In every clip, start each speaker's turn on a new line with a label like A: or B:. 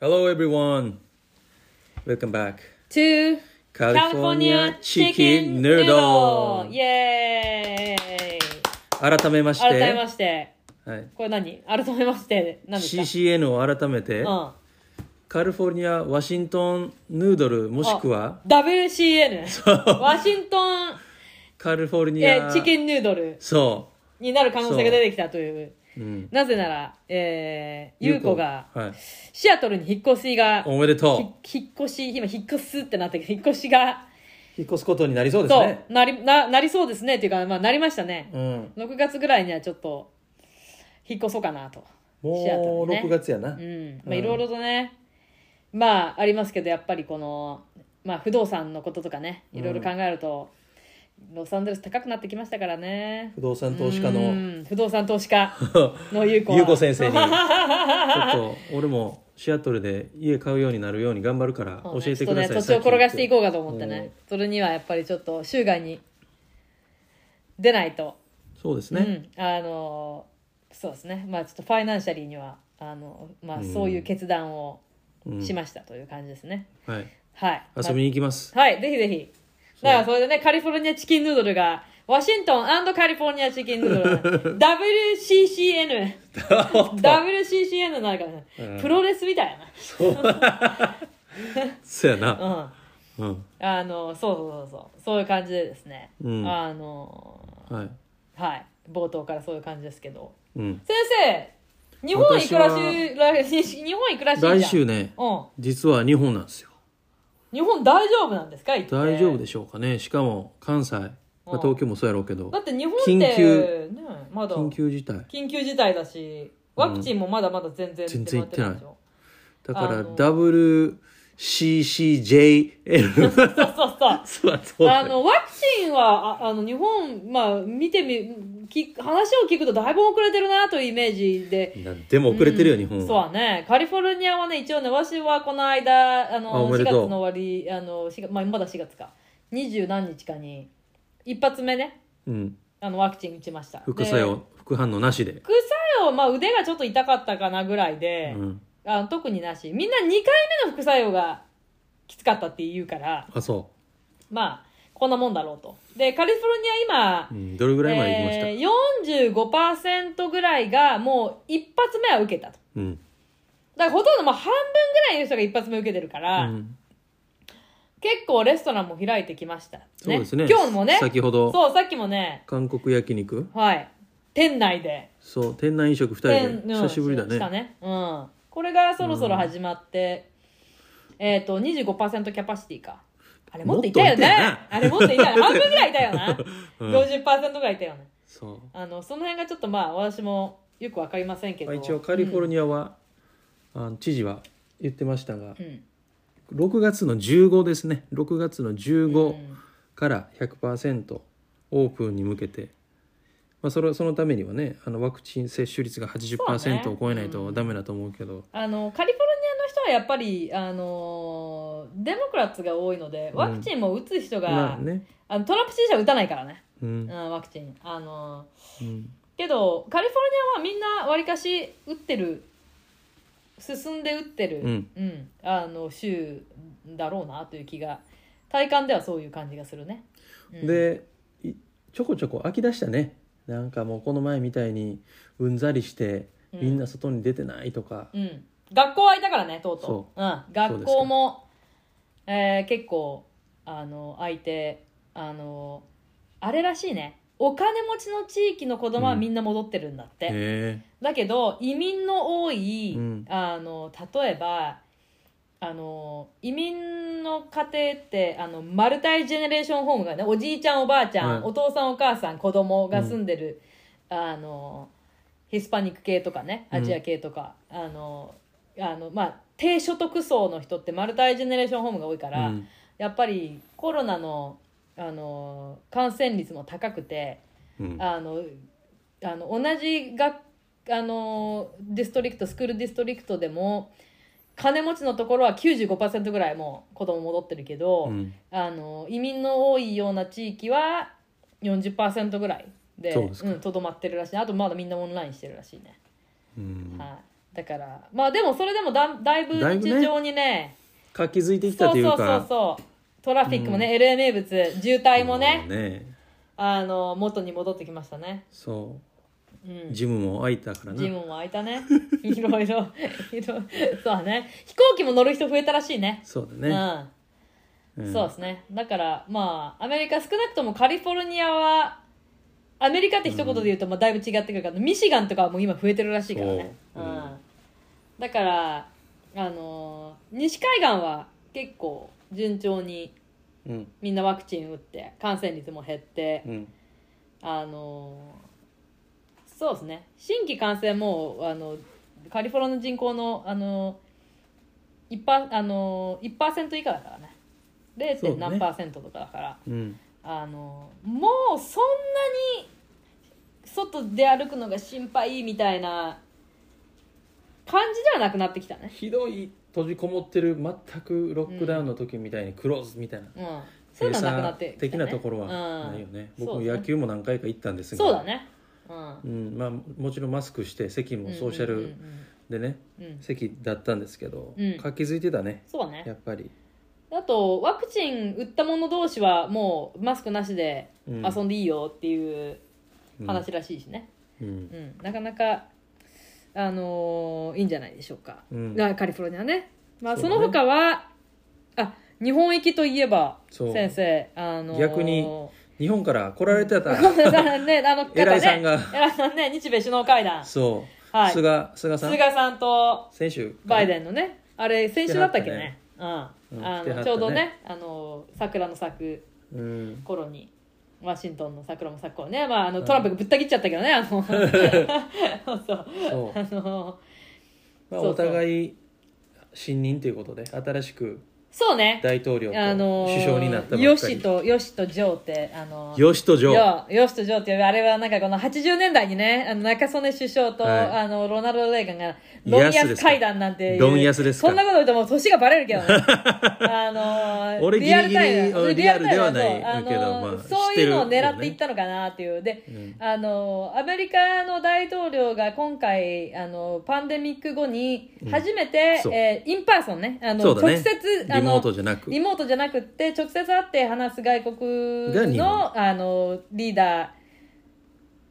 A: Hello everyone! Welcome back.
B: to
A: California Chicken
B: Noodle
A: Noodle!
B: イエーイ
A: 改めまして、
B: 改めまして
A: はい、
B: これ何改めまして何ですか、
A: CCN を改めて、
B: うん、
A: カリフォルニア・ワシントン・ヌードルもしくは
B: WCN ワシントン
A: カリフォルニ
B: え
A: ア・
B: チキンヌードル
A: そ
B: になる可能性が出てきたという
A: う、うん、
B: なぜなら、えー、ゆうこが
A: はい、
B: シアトルに引っ越しが
A: おめでと
B: ひ引っ越し今引っ越すってなったけど引っ越しが
A: う引っ越すことになりそうです
B: そう、
A: ね
B: なりななりそうですねっていうか、まあ、なりましたね、
A: うん、
B: 6月ぐらいにはちょっと引っ越そうかなとシア
A: も
B: ト
A: う
B: ルにね
A: 6月やな、
B: うん
A: う
B: まあ
A: ん
B: いろいろとね、まあありますけどやっぱりこの、まあ、不動産のこととかねいろいろ考えると、ロサンゼルス高くなってきましたからね
A: 不動産投資家
B: う
A: の
B: ん不動産投資家の優子は
A: ゆうこ先生 にちょっと俺もシアトルで家買うようになるように頑張るから
B: そ
A: 教
B: うね
A: えてくだ
B: ち
A: さ
B: ょ
A: い、
B: っとね土地を転がしていこうかと思って
A: うん
B: ねそれにはやっぱりちょっと州外に出ないと
A: そうですね、
B: うん、あのそうですねまあちょっとファイナンシャリーにはあの、まあ、そういう決断を
A: うん
B: しましたという感じですね、
A: はい
B: はい
A: 遊びに行きます、
B: まあはいぜひぜひだからそれでねカリフォルニアチキンヌードルがワシントンカリフォルニアチキンヌード ル WCCN WCCN になるからね、
A: うん
B: プロレスみたい
A: そうやな、
B: な、うん、
A: うん
B: あのそうそうそうそうそういう感じでですね、
A: うん
B: あの
A: はい
B: はい冒頭からそういう感じですけど
A: うん、
B: 先生日本行くら
A: 私
B: しいらしい日本行くらしいじゃん
A: 来週ね
B: うん
A: 実は日本なんですよ
B: 日本大丈夫なんですか行って
A: 大丈夫でしょうかねしかも関西、まあ、東京もそうやろうけど
B: だって日本って
A: 緊急
B: ねまだ
A: 緊急事態
B: 緊急事態だしワクチンもまだまだ全然
A: 全然行ってない
B: でしょ
A: だか
B: あ
A: ら
B: の
A: WCCJL
B: そうそうそう
A: そうだそう
B: あ
A: だ
B: のワクチンはああの日本まあ見てみき話を聞くとだいぶ遅れてるなというイメージで
A: なんでも遅れてるよ、日本
B: そう
A: は
B: はねカリフォルニアはね一応ね私はこの間あ
A: あお
B: の
A: め
B: 4
A: で
B: 月
A: とう
B: の終わりあの4月、まあ、まだ4月か二十何日かに一発目ね
A: うん、
B: あのワクチン打ちました
A: 副作
B: で
A: 用副反応なしで、
B: 副作用まあ腕がちょっと痛かったかなぐらいで、
A: うん、
B: あの特になしみんな2回目の副作用がきつかったって言うから
A: あそ
B: まあこんなもんだろうとでカリフォルニア今
A: う、うん、どれぐらいまで行きました、
B: えー、45%ぐらいがもう一発目は受けたと
A: うん
B: だからほとんどまあ半分ぐらいの人が一発目受けてるから、
A: うん、
B: 結構レストランも開いてきました、ね、
A: そうですね
B: 今日もね
A: 先ほど
B: そうさっきもね
A: 韓国焼肉
B: はい店内で
A: そう店内飲食2人で
B: 店う
A: 久
B: ん
A: しぶりだね
B: したねうんこれがそろそろ始まって、えっ、ー、と25%キャパシティかあれもっといたよねあれもっといた よね半分ぐらいいたよな、
A: うん
B: 50%ぐらいいたよね
A: そう
B: あのその辺がちょっとまあ私もよくわかりませんけ
A: ま
B: ど
A: あ、一応カリフォルニアは、あの知事は言ってましたが、
B: うん
A: 6月の15ですね6月の
B: う
A: 15
B: ん
A: から100%オープンに向けて、まあ、それそのためにはねあのワクチン接種率が80%を超えない
B: そうね
A: と
B: うん
A: ダメだと思うけど
B: あのカリフォルニアの人はやっぱりあのデモクラッツが多いのでワクチンも打つ人
A: ま
B: が、
A: あね、
B: あのトランプ支持者は打たないからね、
A: う
B: うんん、ワクチンあの
A: うん
B: けどカリフォルニアはみんなわりかし打ってる進んで打ってる、
A: うん
B: あの州だろうなという気が体感ではそういう感じがするね、うん
A: でいちょこちょこ飽き出したねなんかもうこの前みたいにうんざりして
B: うん
A: みんな外に出てないとか、
B: うん、学校はいたからねとうとうう、ん、
A: そう
B: 学
A: ですか
B: 校も、えー結構あの空いてあのあれらしいねお金持ちの地域の子供はみんな戻ってるんだって、
A: へ
B: だけど移民の多い、
A: うん
B: あの例えばあの移民の家庭ってあのマルタイジェネレーションホームがねおじいちゃんおばあちゃん、
A: はい
B: お父さんお母さん子供が住んでる、あのヒスパニック系とかねアジア系とか、あのあのまあ低所得層の人ってマルタイジェネレーションホームが多いか
A: えう
B: ら、
A: ん
B: やっぱりコロナのあの感染率も高くて。
A: うん
B: あのあの同じ学あのディストリクトスクールディストリクトでも金持ちのところは95%ぐらいもう子供戻ってるけど、
A: うん
B: あの移民の多いような地域は40%ぐらいで
A: そうですか
B: うん、とどまってるらしいあとまだみんなオンラインしてるらしいね、
A: うん
B: はいだからまあでもそれでもだだいぶ
A: だいぶね
B: 日常にね
A: 活気づいてき
B: そ
A: た
B: う
A: という
B: そ
A: か
B: うそうそうトラフィックもね、LA 名物渋滞もね、
A: もうね
B: あの元に戻ってきましたね、、
A: そううんジムも空いたからな
B: ジムも開いたね いろいろいろそうだね飛行機も乗る人増えたらしいね
A: そうだね、
B: う、
A: うんん
B: そうですねだからまあアメリカ少なくともカリフォルニアはアメリカって一言で言うと、まあ、だいぶ違ってくるからミシガンとかはもう今増えてるらしいからね、う
A: そ
B: ん
A: ううん
B: だからあのー西海岸は結構順調に
A: うん
B: みんなワクチン打って感染率も減って、
A: うん
B: あのーそうですね新規感染もあのカリフォルニアの人口の、あのー、1%, あのー1%以下だからね 0. 何パーセントとかだから、
A: うん
B: あのーもうそんなに外で歩くのが心配みたいな感じではなくなってきたね。
A: ひどい閉じこもってる全くロックダウンの時みたいにクローズみたいな、
B: うん、そういうのはなくなってきた、ね、
A: 的なところはないよね、
B: うん
A: 僕も
B: そうだね
A: 野球も何回か行ったんです
B: うん
A: が
B: そうだね、うん
A: うんまあ、もちろんマスクして席もソーシャ
B: うんうん
A: ルでね、
B: うんうんうん
A: 席だったんですけど、
B: うん
A: 活気づいてたね
B: そうだね
A: やっぱり、
B: あとワクチン打った者同士はもうマスクなしで
A: うん
B: 遊んでいいよっていう
A: うん
B: 話らしいしね、
A: うん
B: うんなかなか、あのーいいんじゃないでしょうか、
A: うん
B: なカリフォルニアね、まあ、
A: そ
B: そう
A: だ
B: の
A: ね
B: 他は、あ日本行きといえば
A: そう
B: 先生、あのー
A: 逆 に日本から来られてた、
B: ね、あの方ね
A: 偉いさんが
B: 偉いさんね日米首脳会 談
A: そう、
B: はい
A: 菅菅さん
B: 菅さんと
A: 先週
B: バイデンのねあれ先週だったっけねうん
A: うん
B: あ
A: 来てはった
B: の
A: ね
B: ちょうどねあの桜の咲く
A: ン、うん、
B: 頃にワシントンの桜も咲く頃ね、まあ、あのトランプがぶった切っちゃったけど ね、あの そう
A: そう
B: あの
A: まあ、
B: そうそう
A: お互い新任ということで新しく
B: そうね
A: 大統領と
B: あの
A: 首相になったばっかり、
B: よしとよしとジョーってあの
A: よしとジョー
B: よよしとジョーって呼ぶあれはなんかこの80年代にねあの中曽根首相と、
A: はい
B: あのロナルド・レーガンがロ
A: い
B: ン
A: や
B: ヤ
A: すで
B: ス
A: すか
B: 会談なんていう
A: ロンヤスですか
B: そんなこと言うともう年がバレる けどねあのー
A: 俺
B: リアルタイム
A: ギリギリ
B: リアルタ
A: リ
B: イム
A: アルではない
B: そう
A: けど
B: あのー
A: まあ
B: そういうのを狙っていったのかなっていうで、
A: うん
B: あのーアメリカの大統領が今回あのーパンデミック後に初めて、
A: そう
B: えーインパーソンねあの
A: そうだね
B: 直接あの
A: リモートじゃなく
B: リモートじゃなくって直接会って話す外国
A: が日
B: の
A: 本
B: あのリーダ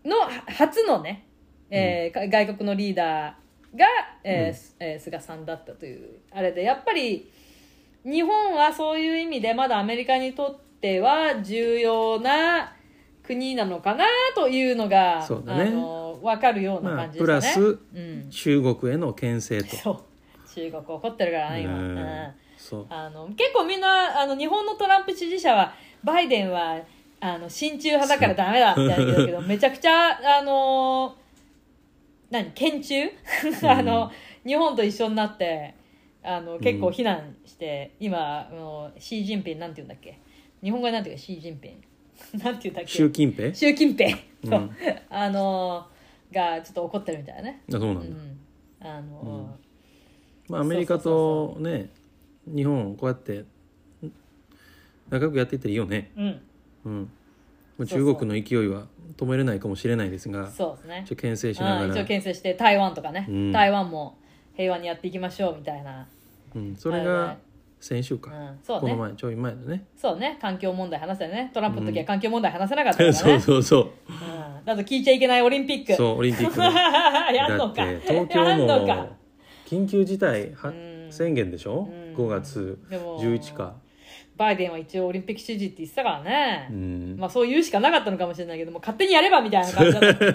B: ーのは初のね、えーか外国のリーダーが、えー
A: うん
B: すえー菅さんだったというあれでやっぱり日本はそういう意味でまだアメリカにとっては重要な国なのかなというのが
A: そうだね
B: あの分かるような感じでした
A: まあ
B: ね。
A: プラス
B: うん、
A: 中国への牽制と
B: そう中国怒ってるからね今。
A: うん
B: うん
A: そう
B: あの結構みんなあの日本のトランプ支持者はバイデンはあの親中派だからダメだみたいな言う けどめちゃくちゃあの何県 中あの、日本と一緒になってあの結構非難して、今あのシー・ジンピンなんて言うんだっけ日本語でなんて言うかシー・ジンピン なんて言うんだっけ
A: 習近平
B: 習近平、
A: うん
B: そうあのがちょっと怒ってるみたいなね、
A: あそうな
B: うん
A: だ、
B: んあの
A: まあ、アメリカとね日本こうやって仲良くやっていったらいいよね、
B: うん、
A: うん、
B: う
A: もう
B: そう
A: 中国の勢いは止めれないかもしれないですが
B: そうですね
A: ちょっと牽制しなが
B: うん、一
A: ら
B: 応、牽制して台湾とかね、
A: うん
B: 台湾も平和にやっていきましょうみたいな、
A: うん、それ
B: はいはい
A: が先週
B: う
A: か、
B: ん、そう
A: この
B: ね
A: 前ちょい前の ね
B: そうね環境問題話したよねトランプの時は環境問題話せなかったから ね、
A: そうそうそう
B: うんだと聞いちゃいけないオリンピック
A: そうオリンピックだ
B: やんの
A: っ
B: か
A: て東
B: や
A: 京
B: んのか
A: も緊急事態は
B: うん
A: 宣言でしょ
B: うん
A: 5月
B: でも
A: 11か、
B: バイデンは一応オリンピック支持って言ってたからね、
A: うん
B: まあそう言うしかなかったのかもしれないけども勝手にやればみたいな感じ だった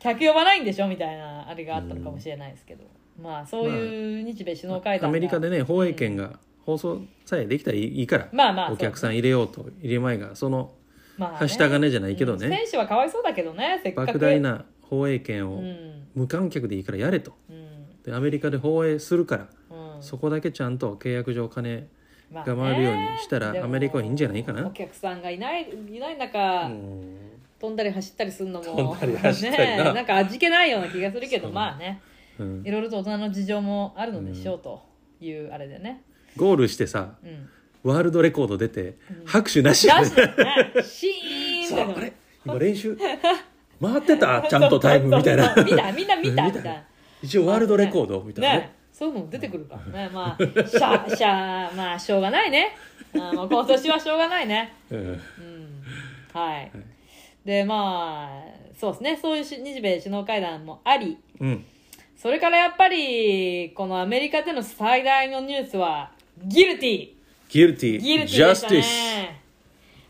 B: 客呼ばないんでしょみたいなあれがあったのかもしれないですけど、まあそういう日米首脳会談が
A: アメリカでね放映権が放送さえできたらいいいいから、
B: まあまあ
A: お客さん入れようと入れまいがその
B: まあね
A: はした金じゃないけど
B: うん
A: ね、
B: 選手はかわいそうだけどねせっか
A: 莫
B: く
A: 大な放映権
B: う
A: を
B: ん
A: 無観客でいいからやれと
B: うん
A: でアメリカで放映するから、
B: うん
A: そこだけちゃんと契約上金
B: まあね
A: が回るようにしたら
B: でも
A: アメリカはいいんじゃないかな
B: お客さんがいないいない中、
A: うん
B: 飛んだり走ったりするのも
A: 飛んだり走ったりな
B: ねなんか味気ないような気がするけど
A: そう
B: まあね
A: うん
B: いろいろと大人の事情もあるのでしょうというあれでね、
A: ゴールしてさ
B: うん、
A: ワールドレコード出て拍手なし
B: だ
A: よ
B: し
A: ね
B: ねシーン
A: さ
B: だ
A: ああれ 今練習回ってたちゃんとタイムみたいな
B: そうそうそう見たみんな見たみたいな
A: 一応ワールドレコードみたいなね
B: ねそういうのも出てくるからねまあしゃしゃまあしょうがないね、あまあ、今年はしょうがないね
A: うん
B: うんはい、でまあそうですねそういうし日米首脳会談もあり
A: うん
B: それからやっぱりこのアメリカでの最大のニュースはギルティ
A: guilty
B: ギルティでした
A: justice
B: ね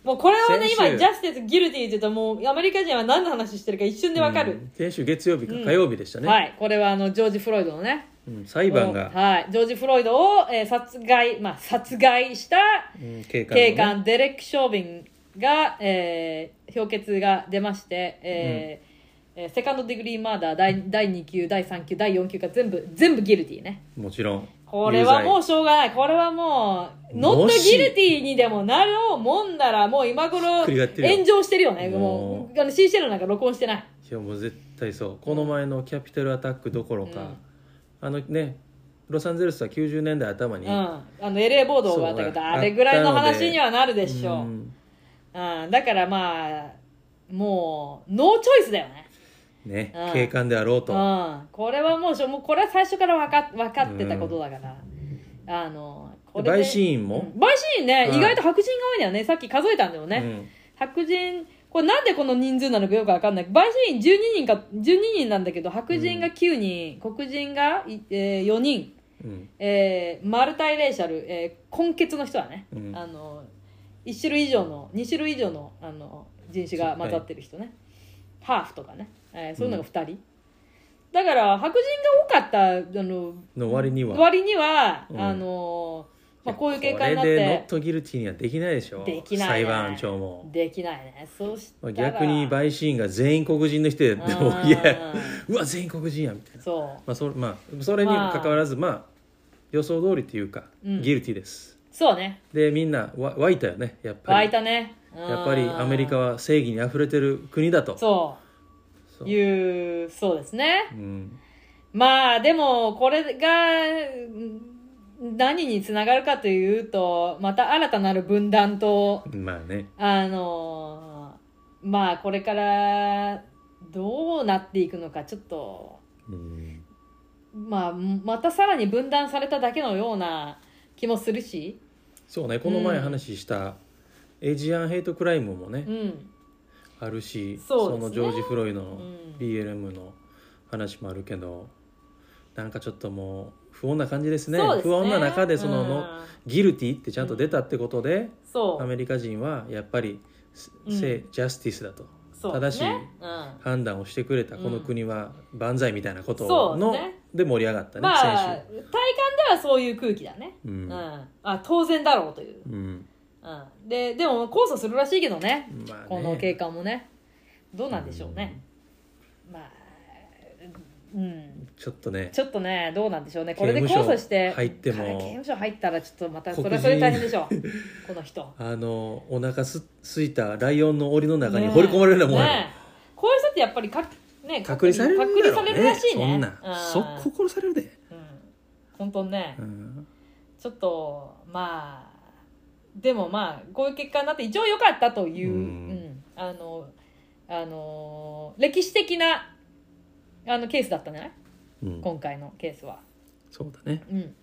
B: もうこれをね今
A: 先週
B: ジャスティスギルティって言うともうアメリカ人は何の話してるか一瞬でわか
A: う
B: る、
A: ん先週月曜日か火曜日でしたね、
B: はいこれはあのジョージ・フロイドのね
A: うん裁判が、
B: はい、ジョージ・フロイドを、えー殺害、まあ、殺害した
A: うん、警官のね
B: 警官デレック・ショービンが、えー評決が出まして、えーえーセカンドディグリーマーダー第第2級第3級第4級が全部全部ギルティね
A: もちろん
B: これはも
A: 有
B: うしょうがないこれはもうノッ
A: も
B: ト
A: し
B: ギルティにでもなるもんならもう今頃
A: ひっくり返ってるよ
B: 炎上してるよねも
A: も
B: うあの CCL なんか録音してない
A: 罪いやもう絶対そうこの前のキャピタルアタックどころか、
B: うん
A: あのねロサンゼルスは90年代頭
B: う
A: に、
B: ん、あの LA 暴動があったけ
A: そ
B: ど
A: う
B: あれぐらいの
A: あったので
B: 話にはなるでしょう、
A: うん
B: うん、だからまあもうノーチョイスだよね、
A: ね、
B: うん
A: 警官であろう
B: う
A: と、
B: ん、これはもうしょもうこれは最初から分か分かってたことだから、あのこれで
A: 陪審員も
B: うん陪審員ね、
A: うん
B: 意外と白人が多いんだよねさっき数えたんだよね、白人これなんでこの人数なのかよく分かんない陪審員12人か12人なんだけど白人が9人、黒人が、いえー4人
A: うんうん
B: えーマルタイレーシャル、えー根血の人はね、
A: うん
B: あの1種類以上の2種類以上のあの人種が混ざってる人ね、ハーフとかね、えーそういうのが2人、だから白人が多かったあの
A: の割には
B: 割には、
A: うん
B: あのまあ、こういう結果になっ
A: これでノッ
B: て
A: トギルティにはできないでしょ
B: できない、
A: 裁
B: ね、
A: 判長も
B: できないねそうしたら
A: 逆に陪審員が全員黒人の人でで
B: うん
A: もいやうわ全員黒人やみたいな、
B: そう
A: まあそまあ、それにもかかわらず、まあ、予想通りというか、
B: うん
A: ギルティです
B: そうね
A: でみんなわ湧いたよねやっぱ
B: 湧
A: り
B: いたねうん
A: やっぱりアメリカは正義にあふれてる国だと
B: そ
A: そう
B: ういうそうですね
A: うん
B: まあでもこれがうん何につながるかというとまた新たなる分断と
A: まあね
B: あのまあこれからどうなっていくのかちょっと
A: うん
B: まあまたさらに分断されただけのような気もするし、
A: そうねこの前話した、エイジアンヘイトクライムもね、
B: うん、
A: あるし
B: そうですね
A: のジョージ・フロイドの
B: うん
A: BLM の話もあるけど、なんかちょっともう不穏な感じですね
B: そうですね
A: 不穏な中でそのの、
B: うん
A: ギルティってちゃんと出たってことで、
B: そ
A: ア
B: う
A: メリカ人はやっぱり、せ
B: うん
A: ジャスティスだと
B: そうですねうん
A: 判断をしてくれたこの国は万歳みたいなこと
B: そ
A: を
B: う
A: の、
B: ね
A: で盛り上がったね、
B: まあ体
A: 先
B: 感ではそういう空気だね、
A: 週、う
B: うん
A: ん
B: あ当然だろうという、
A: うん
B: うん、ででも控訴するらしいけどね
A: まあね
B: この警官もねどうなんでしょうね、まあうん
A: ちょっとね
B: ちょっとねどうなんでしょうね
A: 刑
B: これで
A: 務所
B: 控訴して
A: 入っても
B: 彼刑務所入ったらちょっとまたそ
A: 黒
B: れ
A: 人
B: はそれで大変でしょうこの人
A: あのお腹すすいたライオンの檻の中に放り込まれるようなもんやろ、
B: ねえこういう人ってやっぱりか、ね、
A: 隔離されるんだろうね
B: 隔離されるらしいね
A: そんな、
B: うん
A: 速攻殺されるで、
B: うん、本当ね、
A: うん
B: ちょっとまあでもまあこういう結果になって一応良かったという、う
A: うんん
B: あのあの歴史的なあのケースだったんじゃない
A: うん
B: 今回のケースは。
A: そうだね
B: うん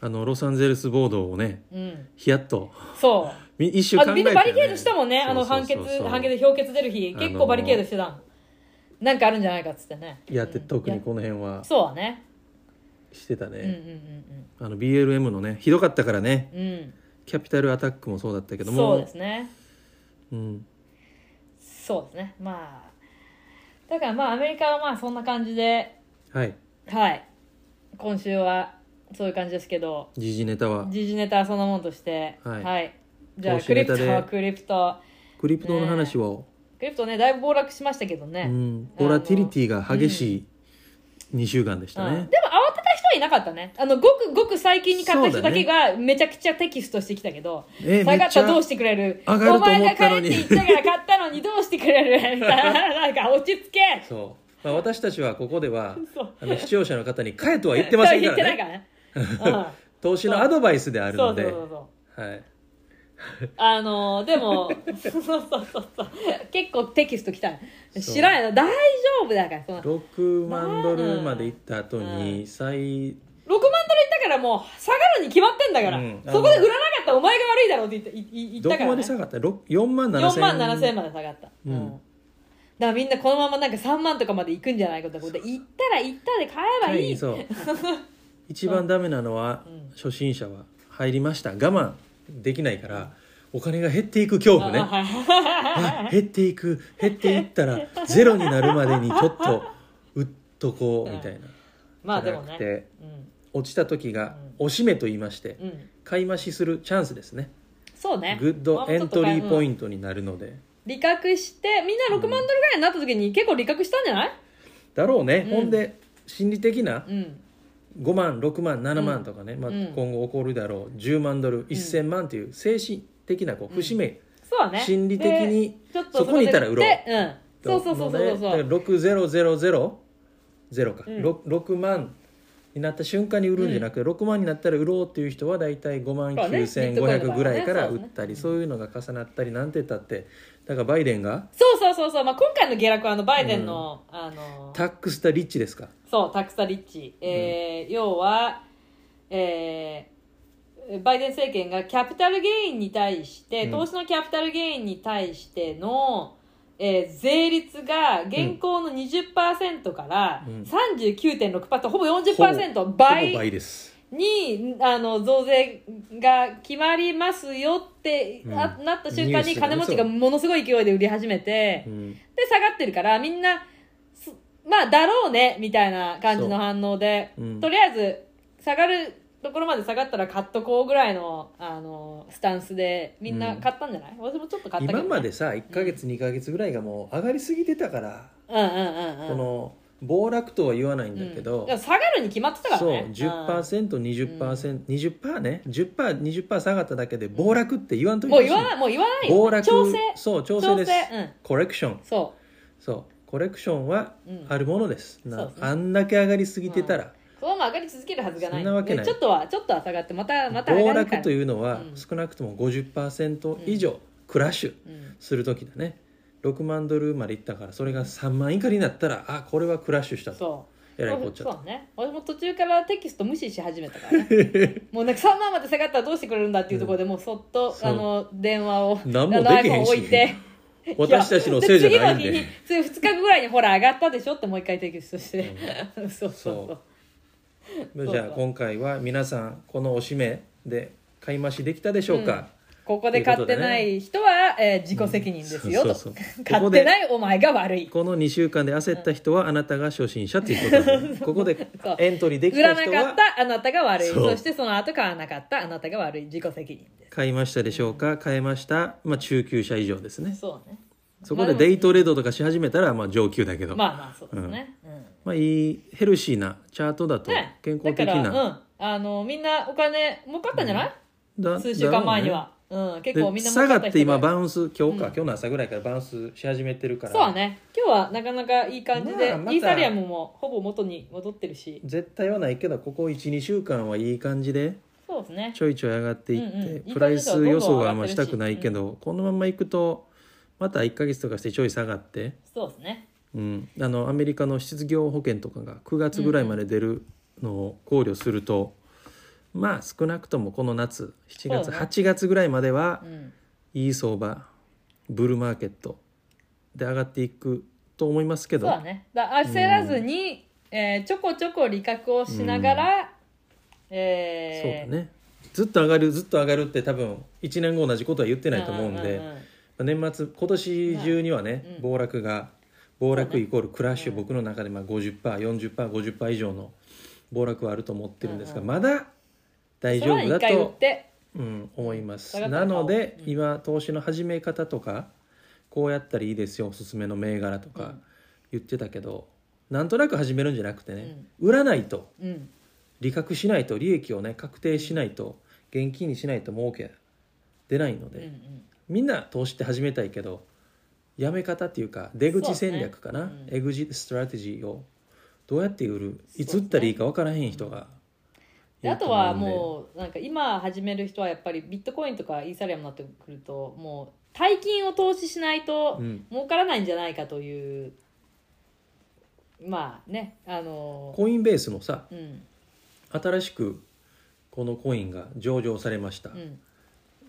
A: あのロサンゼルス暴動をね
B: うん、
A: ヒヤッと
B: そう
A: み一週
B: あ
A: 考え
B: の
A: て、
B: みん
A: ね、
B: なバリケードしたもんね、あの
A: そう
B: 判
A: そうそ
B: 決
A: うそう
B: 判決で評決出る日
A: あのー
B: 結構バリケードしてたのなんかあるんじゃないかっつってね
A: やって
B: うん
A: 特に
B: い
A: この辺は
B: やそうだね
A: してた
B: うんうん
A: ね、あの BLM のねひどかったからね
B: うんうん
A: キャピタルアタックもそうだったけ
B: う
A: ど
B: ん
A: も
B: そうですね
A: うん、
B: そうですねまあだからまあアメリカはまあそんな感じで
A: はい
B: はい今週はそういう感じですけど
A: 時事ネタは
B: 時事ネタはそんなもんとして
A: はい
B: じゃあ
A: 投
B: ク
A: 資
B: リ
A: ネ
B: プ
A: タで
B: トクリプト
A: クリプトの話を、
B: クリプトねだいぶ暴落しましたけどね、
A: うん、ボラティリティが激しい2週間でした
B: うん
A: ね、
B: でも慌てた人はいなかったねあのごくごく最近に買った人だけがめちゃくちゃテキストしてきたけど、
A: え
B: 下
A: め
B: が
A: っ
B: っ
A: ち
B: た
A: ゃ
B: らどうしてくれる
A: 上がると思っ
B: お前
A: た
B: が
A: の
B: 帰
A: に
B: って言ったから買ったのにどうしてくれ るなんか落ち着け
A: そう、まあ、私たちはここでは
B: そう
A: あの視聴者の方に「買え」とは言ってま せんか
B: 言って
A: ら
B: ない
A: ね
B: からね、うん
A: 投資のアドバイスである
B: そ
A: の
B: うそ
A: で
B: うそうそう
A: はい、
B: あのでもそうそうそうそう結構テキスト来た知らんよ大丈夫だからその6
A: 6万ドルまで行った後に最
B: 万ドルいったからもう下がるに決まってんだから、
A: うん
B: そこで売らなかったらお前が悪いだろうって言っていい言っ
A: ど
B: たか
A: こま
B: ら、ね、
A: で下がったろ4万7
B: 4
A: 千
B: 万7千まで下がった、
A: うん
B: だからみんなこのままなんか3万とかまで行くんじゃないかと思って行ったら行ったで買えばいい、
A: そう 一番ダメなのは、
B: うん
A: 初心者は入りました我慢できないから、お金が減っていく恐怖ね
B: あはい
A: あ減っていく減っていったらゼロになるまでにちょっと打っとこうみたいな、
B: まあでも
A: じゃなく
B: ね
A: て
B: うん、
A: 落ちた時がおしめと言いまして、
B: うん、
A: 買い増しするチャンスですね
B: そうね
A: グッドエントリーポイントになるので、
B: 理覚してみんな6万ドルぐらいになった時に結構理覚したんじゃない
A: だろうね、
B: うん
A: ほんで心理的な
B: うん
A: 5万6万7万とかね、まあ、
B: うん
A: 今後起こるだろう10万ドル1000万という精神的なこう
B: うん
A: 節目、
B: そうだね
A: 心理的に
B: でちょっと
A: そこにいたら売ろう
B: でうんそうそうそうそうそう、
A: のでだから6000か、
B: うん
A: 六六6万になった瞬間に売るんじゃなくて、6万になったら売ろうっていう人は大体5万
B: そうね
A: 9500ぐらいから
B: ビットコインの場合は
A: 売
B: ね
A: ったり
B: そ
A: そう,、いうのが重なったりなんて言ったってだからバイデンが
B: そうそうそうそう、まあ、今回の下落はあのバイデンの、あの
A: タックスタリッチですか
B: そうタクサリッチ、えー要は、えーバイデン政権がキャピタルゲインに対して、
A: うん
B: 投資のキャピタルゲインに対しての、えー税率が現行の20%から
A: うん
B: 39.6%、ほぼ
A: ほ
B: 40%
A: ぼ
B: 倍
A: 倍です
B: にあの増税が決まりますよって、
A: うん
B: あなった瞬
A: ニ
B: 間
A: ュー
B: に
A: スがね
B: 金持ちがものすごい勢いで売り始めて、
A: うん
B: で下がってるからみんなすまあだろうねみたいな感じの反応で、
A: うん
B: とりあえず下がるところまで下がったら買っとこうぐらいのあのスタンスでみんな買ったんじゃない、私もちょっと買ったけど、
A: 今
B: ね、
A: までさ1か月2か月ぐらいがもう上がりすぎてたから、
B: うんうんうんうん
A: この暴落とは言わないん
B: う
A: だ
B: ん
A: けど、
B: いや下がるに決まってたから
A: そう
B: ねうん
A: 10%20%20% ね 10%20% 下がっただけで暴落って言わんといて
B: も
A: ほ
B: う
A: しい
B: 言わないもう言わないよ
A: 暴落
B: 調整
A: そう調整です
B: うん
A: コレクション
B: そ
A: そうコレクションは
B: う、うん、
A: あるものです、な
B: そうですね
A: あんだけ上がりすぎてたら、
B: このまま上がり続けるはずがな
A: そ
B: い
A: んなわけない
B: ちょっとはちょっとは下がってまたまた上
A: 暴
B: がるか
A: 落
B: ら
A: というのは
B: うん
A: 少なくとも50%以上、クラッシュ
B: うん
A: する時だね6万ドルまでいったからそれが3万以下になったらあこれはクラッシュしたと
B: そう
A: えらいこっちゃ
B: そ
A: と
B: うね私も途中からテキスト無視し始めたからね もうなんか3万まで下がったらどうしてくれるんだっていうところでもうそっと、
A: そう
B: あの電話を
A: 何も
B: あの
A: できへ
B: iPhone
A: ん
B: を
A: し
B: 置いて
A: 私たちのせいじゃないん
B: や次の日
A: で
B: に次2日後ぐらいにほら上がったでしょってもう一回テキストして、そうそうそうそう
A: じゃあ今回は皆さんこのおしめで買い増しできたでしょうか、
B: ここで買ってない人は、えー自己責任ですよと、
A: そうそうそう
B: 買
A: こ
B: っ
A: こ
B: て
A: で
B: ないお前が悪い
A: この2週間で焦った人はあなたが初心者ということでここで
B: そう
A: エントリーでき
B: 売ら
A: た
B: な
A: 人
B: かっ
A: は
B: たあなたが悪い
A: そう
B: そしてその後買わなかったあなたが悪い自己責任で
A: 買いましたでしょうか買えました、まあ、中級者以上ですね
B: すそうね
A: そこでデイトレードとかし始めたらまあ上級だけど、まあ、
B: まあまあそうですね、うん
A: いいヘルシーなチャートだと
B: ね、
A: 健康的な、
B: だから、うん、あのみんなお金儲かったんじゃない、
A: だ
B: 数週間前には、うん、
A: だ
B: 結
A: ろう
B: 構
A: ね
B: みん
A: で
B: な
A: 下
B: 儲
A: が
B: かった人
A: っ
B: が
A: て今バウンス今日か、今日の朝ぐらいからバウンスし始めてるから
B: そうね今日はなかなかいい感じで、
A: まあまた
B: イーサリアムもほぼ元に戻ってるし
A: 絶対はないけどここ12週間はいい感じで
B: そうですね
A: ちょいちょい上がっていって、
B: うんうん
A: プライス予想はあんましたくないけど、このままいくとまた1か月とかしてちょい下がって、
B: そうですね
A: うん、あのアメリカの失業保険とかが9月ぐらいまで出るのを考慮すると、まあ少なくともこの夏7月、
B: そうね
A: 8月ぐらいまでは
B: うん
A: いい相場ブルーマーケットで上がっていくと思いますけ
B: そ
A: ど
B: うだねだ焦らずに、えーちょこちょこ利確をしながら、
A: そうだ
B: えー
A: ねずっと上がるずっと上がるって多分1年後同じことは言ってないと思うんで。
B: んんん
A: まあ年末今年中にはね、
B: うん
A: 暴落が暴落イコールクラッシュ、
B: うん
A: 僕の中でまあ 50%40%50% 以上の暴落はあると思ってるんですが、
B: うんう
A: まだ大
B: そ
A: 丈
B: の
A: 夫
B: 前に一
A: だ
B: 回売っ
A: と、
B: て
A: うん、思います
B: 下がった
A: な
B: ら
A: ので、
B: うん
A: 今投資の始め方とかこうやったらいいですよおすすめの銘柄と
B: う
A: か
B: ん
A: 言ってたけど、なんとなく始めるんじゃなくてね、売らないと
B: うん
A: 利確しないと利益をね確定しないと現金にしないと儲け出ないの
B: う
A: で
B: ん、うん
A: みんな投資って始めたいけどやめ方っていうか出口戦略かな、
B: そうね
A: エグジットストラテジーをどうやって売るいつ
B: そ
A: 売
B: うね
A: ったらいいか分からへん人が
B: であと
A: いい
B: は
A: と思うね
B: もうなんか今始める人はやっぱりビットコインとかイーサリアムになってくるともう大金を投資しないと
A: うん
B: 儲からないんじゃないかという、まあねあの
A: コインベースもさ
B: うん
A: 新しくこのコインが上場されました、
B: うん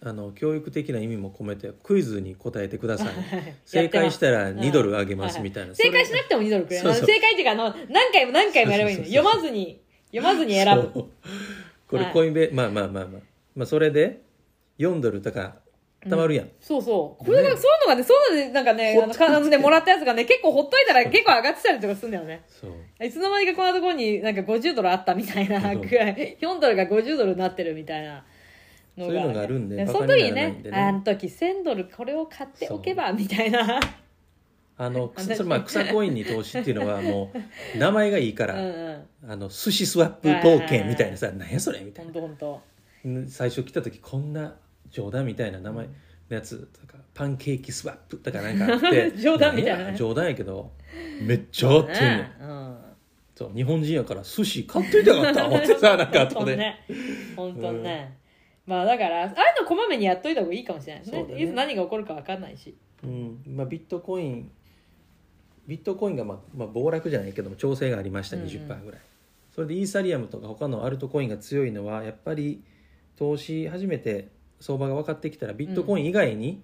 A: あの教育的な意味も込めてクイズに答えてください
B: や
A: 正
B: ってま
A: 解
B: す
A: したら2ドルあげま
B: う
A: す
B: ん
A: みたいな、
B: 正解しな
A: く
B: くても2ドルくれる
A: そう
B: あ
A: そう
B: の正解っていうかあの何回も何回もやればいいの
A: そうそうそう
B: 読まずに読まずに選ぶ
A: これ
B: はい
A: コインベ、まあまあまあまあまあそれで4ドルとかたまるやん、
B: そうそうこれが、そういうのがねそういうのでなんかねあの感じでもらったやつがね結構ほっといたら結構上がってたりとかするんだよね
A: そう
B: いつの間にかこんなところになんか50ドルあったみたいな
A: うん
B: ぐらい、4ドルが50ドルになってるみたいなの
A: そ
B: が、
A: ういうのがあるんで
B: ね
A: バ
B: そ
A: カ
B: の
A: にな
B: 時
A: ら
B: に
A: ないん
B: ね
A: でね、
B: あの時1000ドルこれを買っておけばみたいな。
A: あのく
B: 私
A: それまあ草コインに投資っていうのはも う名前がいいか
B: うん
A: ら、
B: うん。
A: あの寿司スワップ冒険みたいなさ何やそれみた
B: ほ
A: い
B: んとほんと。
A: な最初来た時こんな冗談みたいな名前のやつとかパンケーキスワップとかなんかあって
B: 冗談みたいなね
A: んや冗談やけどめっちゃ合ってんねん
B: うん。
A: そう日本人やから寿司買っといたかった思ってさなんか
B: ほ
A: 後
B: んと
A: で、
B: ね。ほんとね。まあだから、ああいうのこまめにやっといた方がいいかもしれないですね
A: そうだ。ね
B: いつ何が起こるかわかんないし。
A: うんまあ、ビットコインビットコインが、まあまあ、暴落じゃないけども調整がありました
B: うんうん
A: 20%ぐらい、それでイーサリアムとか他のアルトコインが強いのはやっぱり投資始めて相場が分かってきたらビットコイン以外に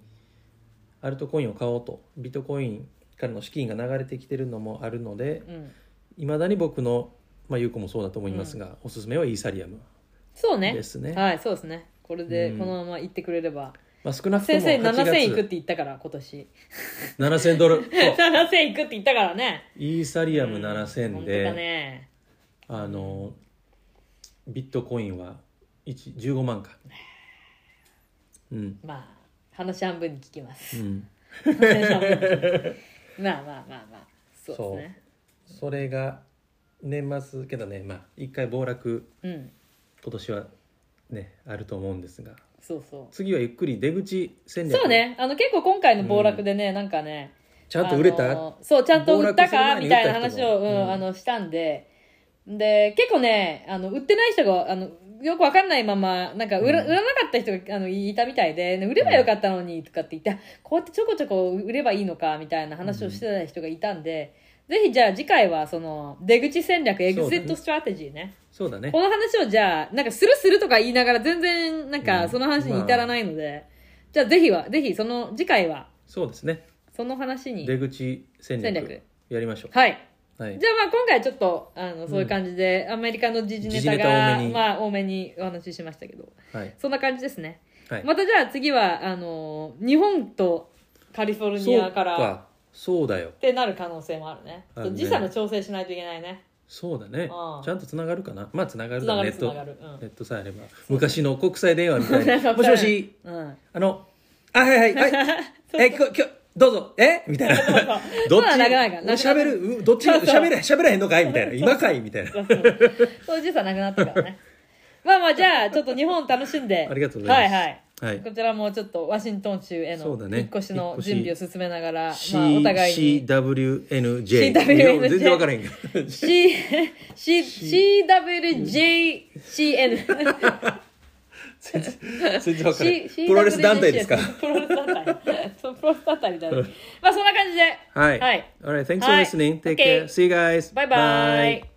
A: アルトコインを買おうと、ビットコインからの資金が流れてきてるのもあるので
B: うん。
A: いまだに僕の、まあ、ゆうこもそうだと思いますが、おすすめはイーサリアム
B: そうね
A: で。すね、
B: はい、そうですね。これで
A: うん
B: このまま行ってくれれば。
A: まあ、少なくとも
B: 先生
A: 8
B: 7000いくって
A: 月
B: 言ったから、今年。
A: 7000ド ルそう
B: 7000いくって言ったからね。
A: イーサリアム
B: うん
A: 7000
B: 本当
A: で、
B: だね
A: あのビットコインは1 15万かうん
B: まあ話半分に聞きま す
A: うん
B: 話半分に聞きますまあまあまあまあそうですね
A: それが年末けどねまあ一回暴落
B: うん
A: 今年はねあると思うんですが
B: そうそう
A: 次はゆっくり出口戦略
B: そうねあの結構今回の暴落でね、なんかね
A: ちゃんと売れ
B: あ
A: た、
B: のそうちゃんと売っ
A: 暴
B: た
A: 落する
B: か
A: 前に
B: みたいな
A: 売った
B: 話
A: 人も
B: を、うん
A: うん
B: あのしたんでで結構ねあの売ってない人があのよくわかんないままなんか売ら,、
A: うん
B: 売らなかった人があのいたみたいで、ね売ればよかったのにとかって言って、あこうやってちょこちょこ売ればいいのかみたいな話をしてた人がいたんで、ぜひじゃあ次回はその出口戦略エグゼットストラテジーね
A: そうだね
B: この話をじゃあなんかするするとか言いながら全然なん
A: う
B: か
A: ん
B: その話に至らないので、じゃあぜひはぜひその次回は
A: そうですね
B: その話に
A: 出口戦略
B: 戦略
A: やりましょ
B: はいう
A: はい
B: じゃあまあ今回はちょっとあのそういう感じで、アメリカの時事ネ
A: 時
B: タ
A: 事ネタ
B: が
A: 多めに
B: まあ、多めにお話ししましたけど
A: はい、
B: そんな感じですね、
A: はい、
B: またじゃあ次はあの日本とカリフォルニ
A: そ
B: ア
A: う
B: からっ
A: かそうだよ
B: てなる可能性もあるね
A: あるね
B: 時差の調整しないといけないね
A: そうだね
B: うん
A: ちゃんとつながるかなまあつながる
B: つ
A: だ
B: な
A: ろうネ
B: が
A: ッ
B: るつ
A: ト
B: ながる、うん
A: ネットさえあれば昔の国際電話みた いな「もしもし、
B: うん、
A: あのあはいはい はいえ今日今日どうぞえみたいな どっち
B: そうだなくなるからなくなる
A: 喋るうんどっち喋れ喋らへんのかいみたいな今かいみたいな
B: そういう時差なくなったからねまあまあじゃあちょっと日本楽しんで
A: ありがとうございます
B: はいはい
A: はい
B: こちらもちょっとワシントン州への
A: そうだね
B: 引っ越しの準備を進めながら、
A: C-
B: まあ、お互いに
A: CWNJ
B: CWNJ
A: 全然分 からへんけど
B: C C C W J C N
A: 全然分からへ
B: C
A: ん
B: C
A: プロレス団体ですか
B: プロレス団体そうプロレス団体みたいなまあそんな感じで
A: はい
B: はい
A: Alright thanks
B: は
A: for
B: い
A: listening take
B: Okay
A: care see you guys
B: バイバイ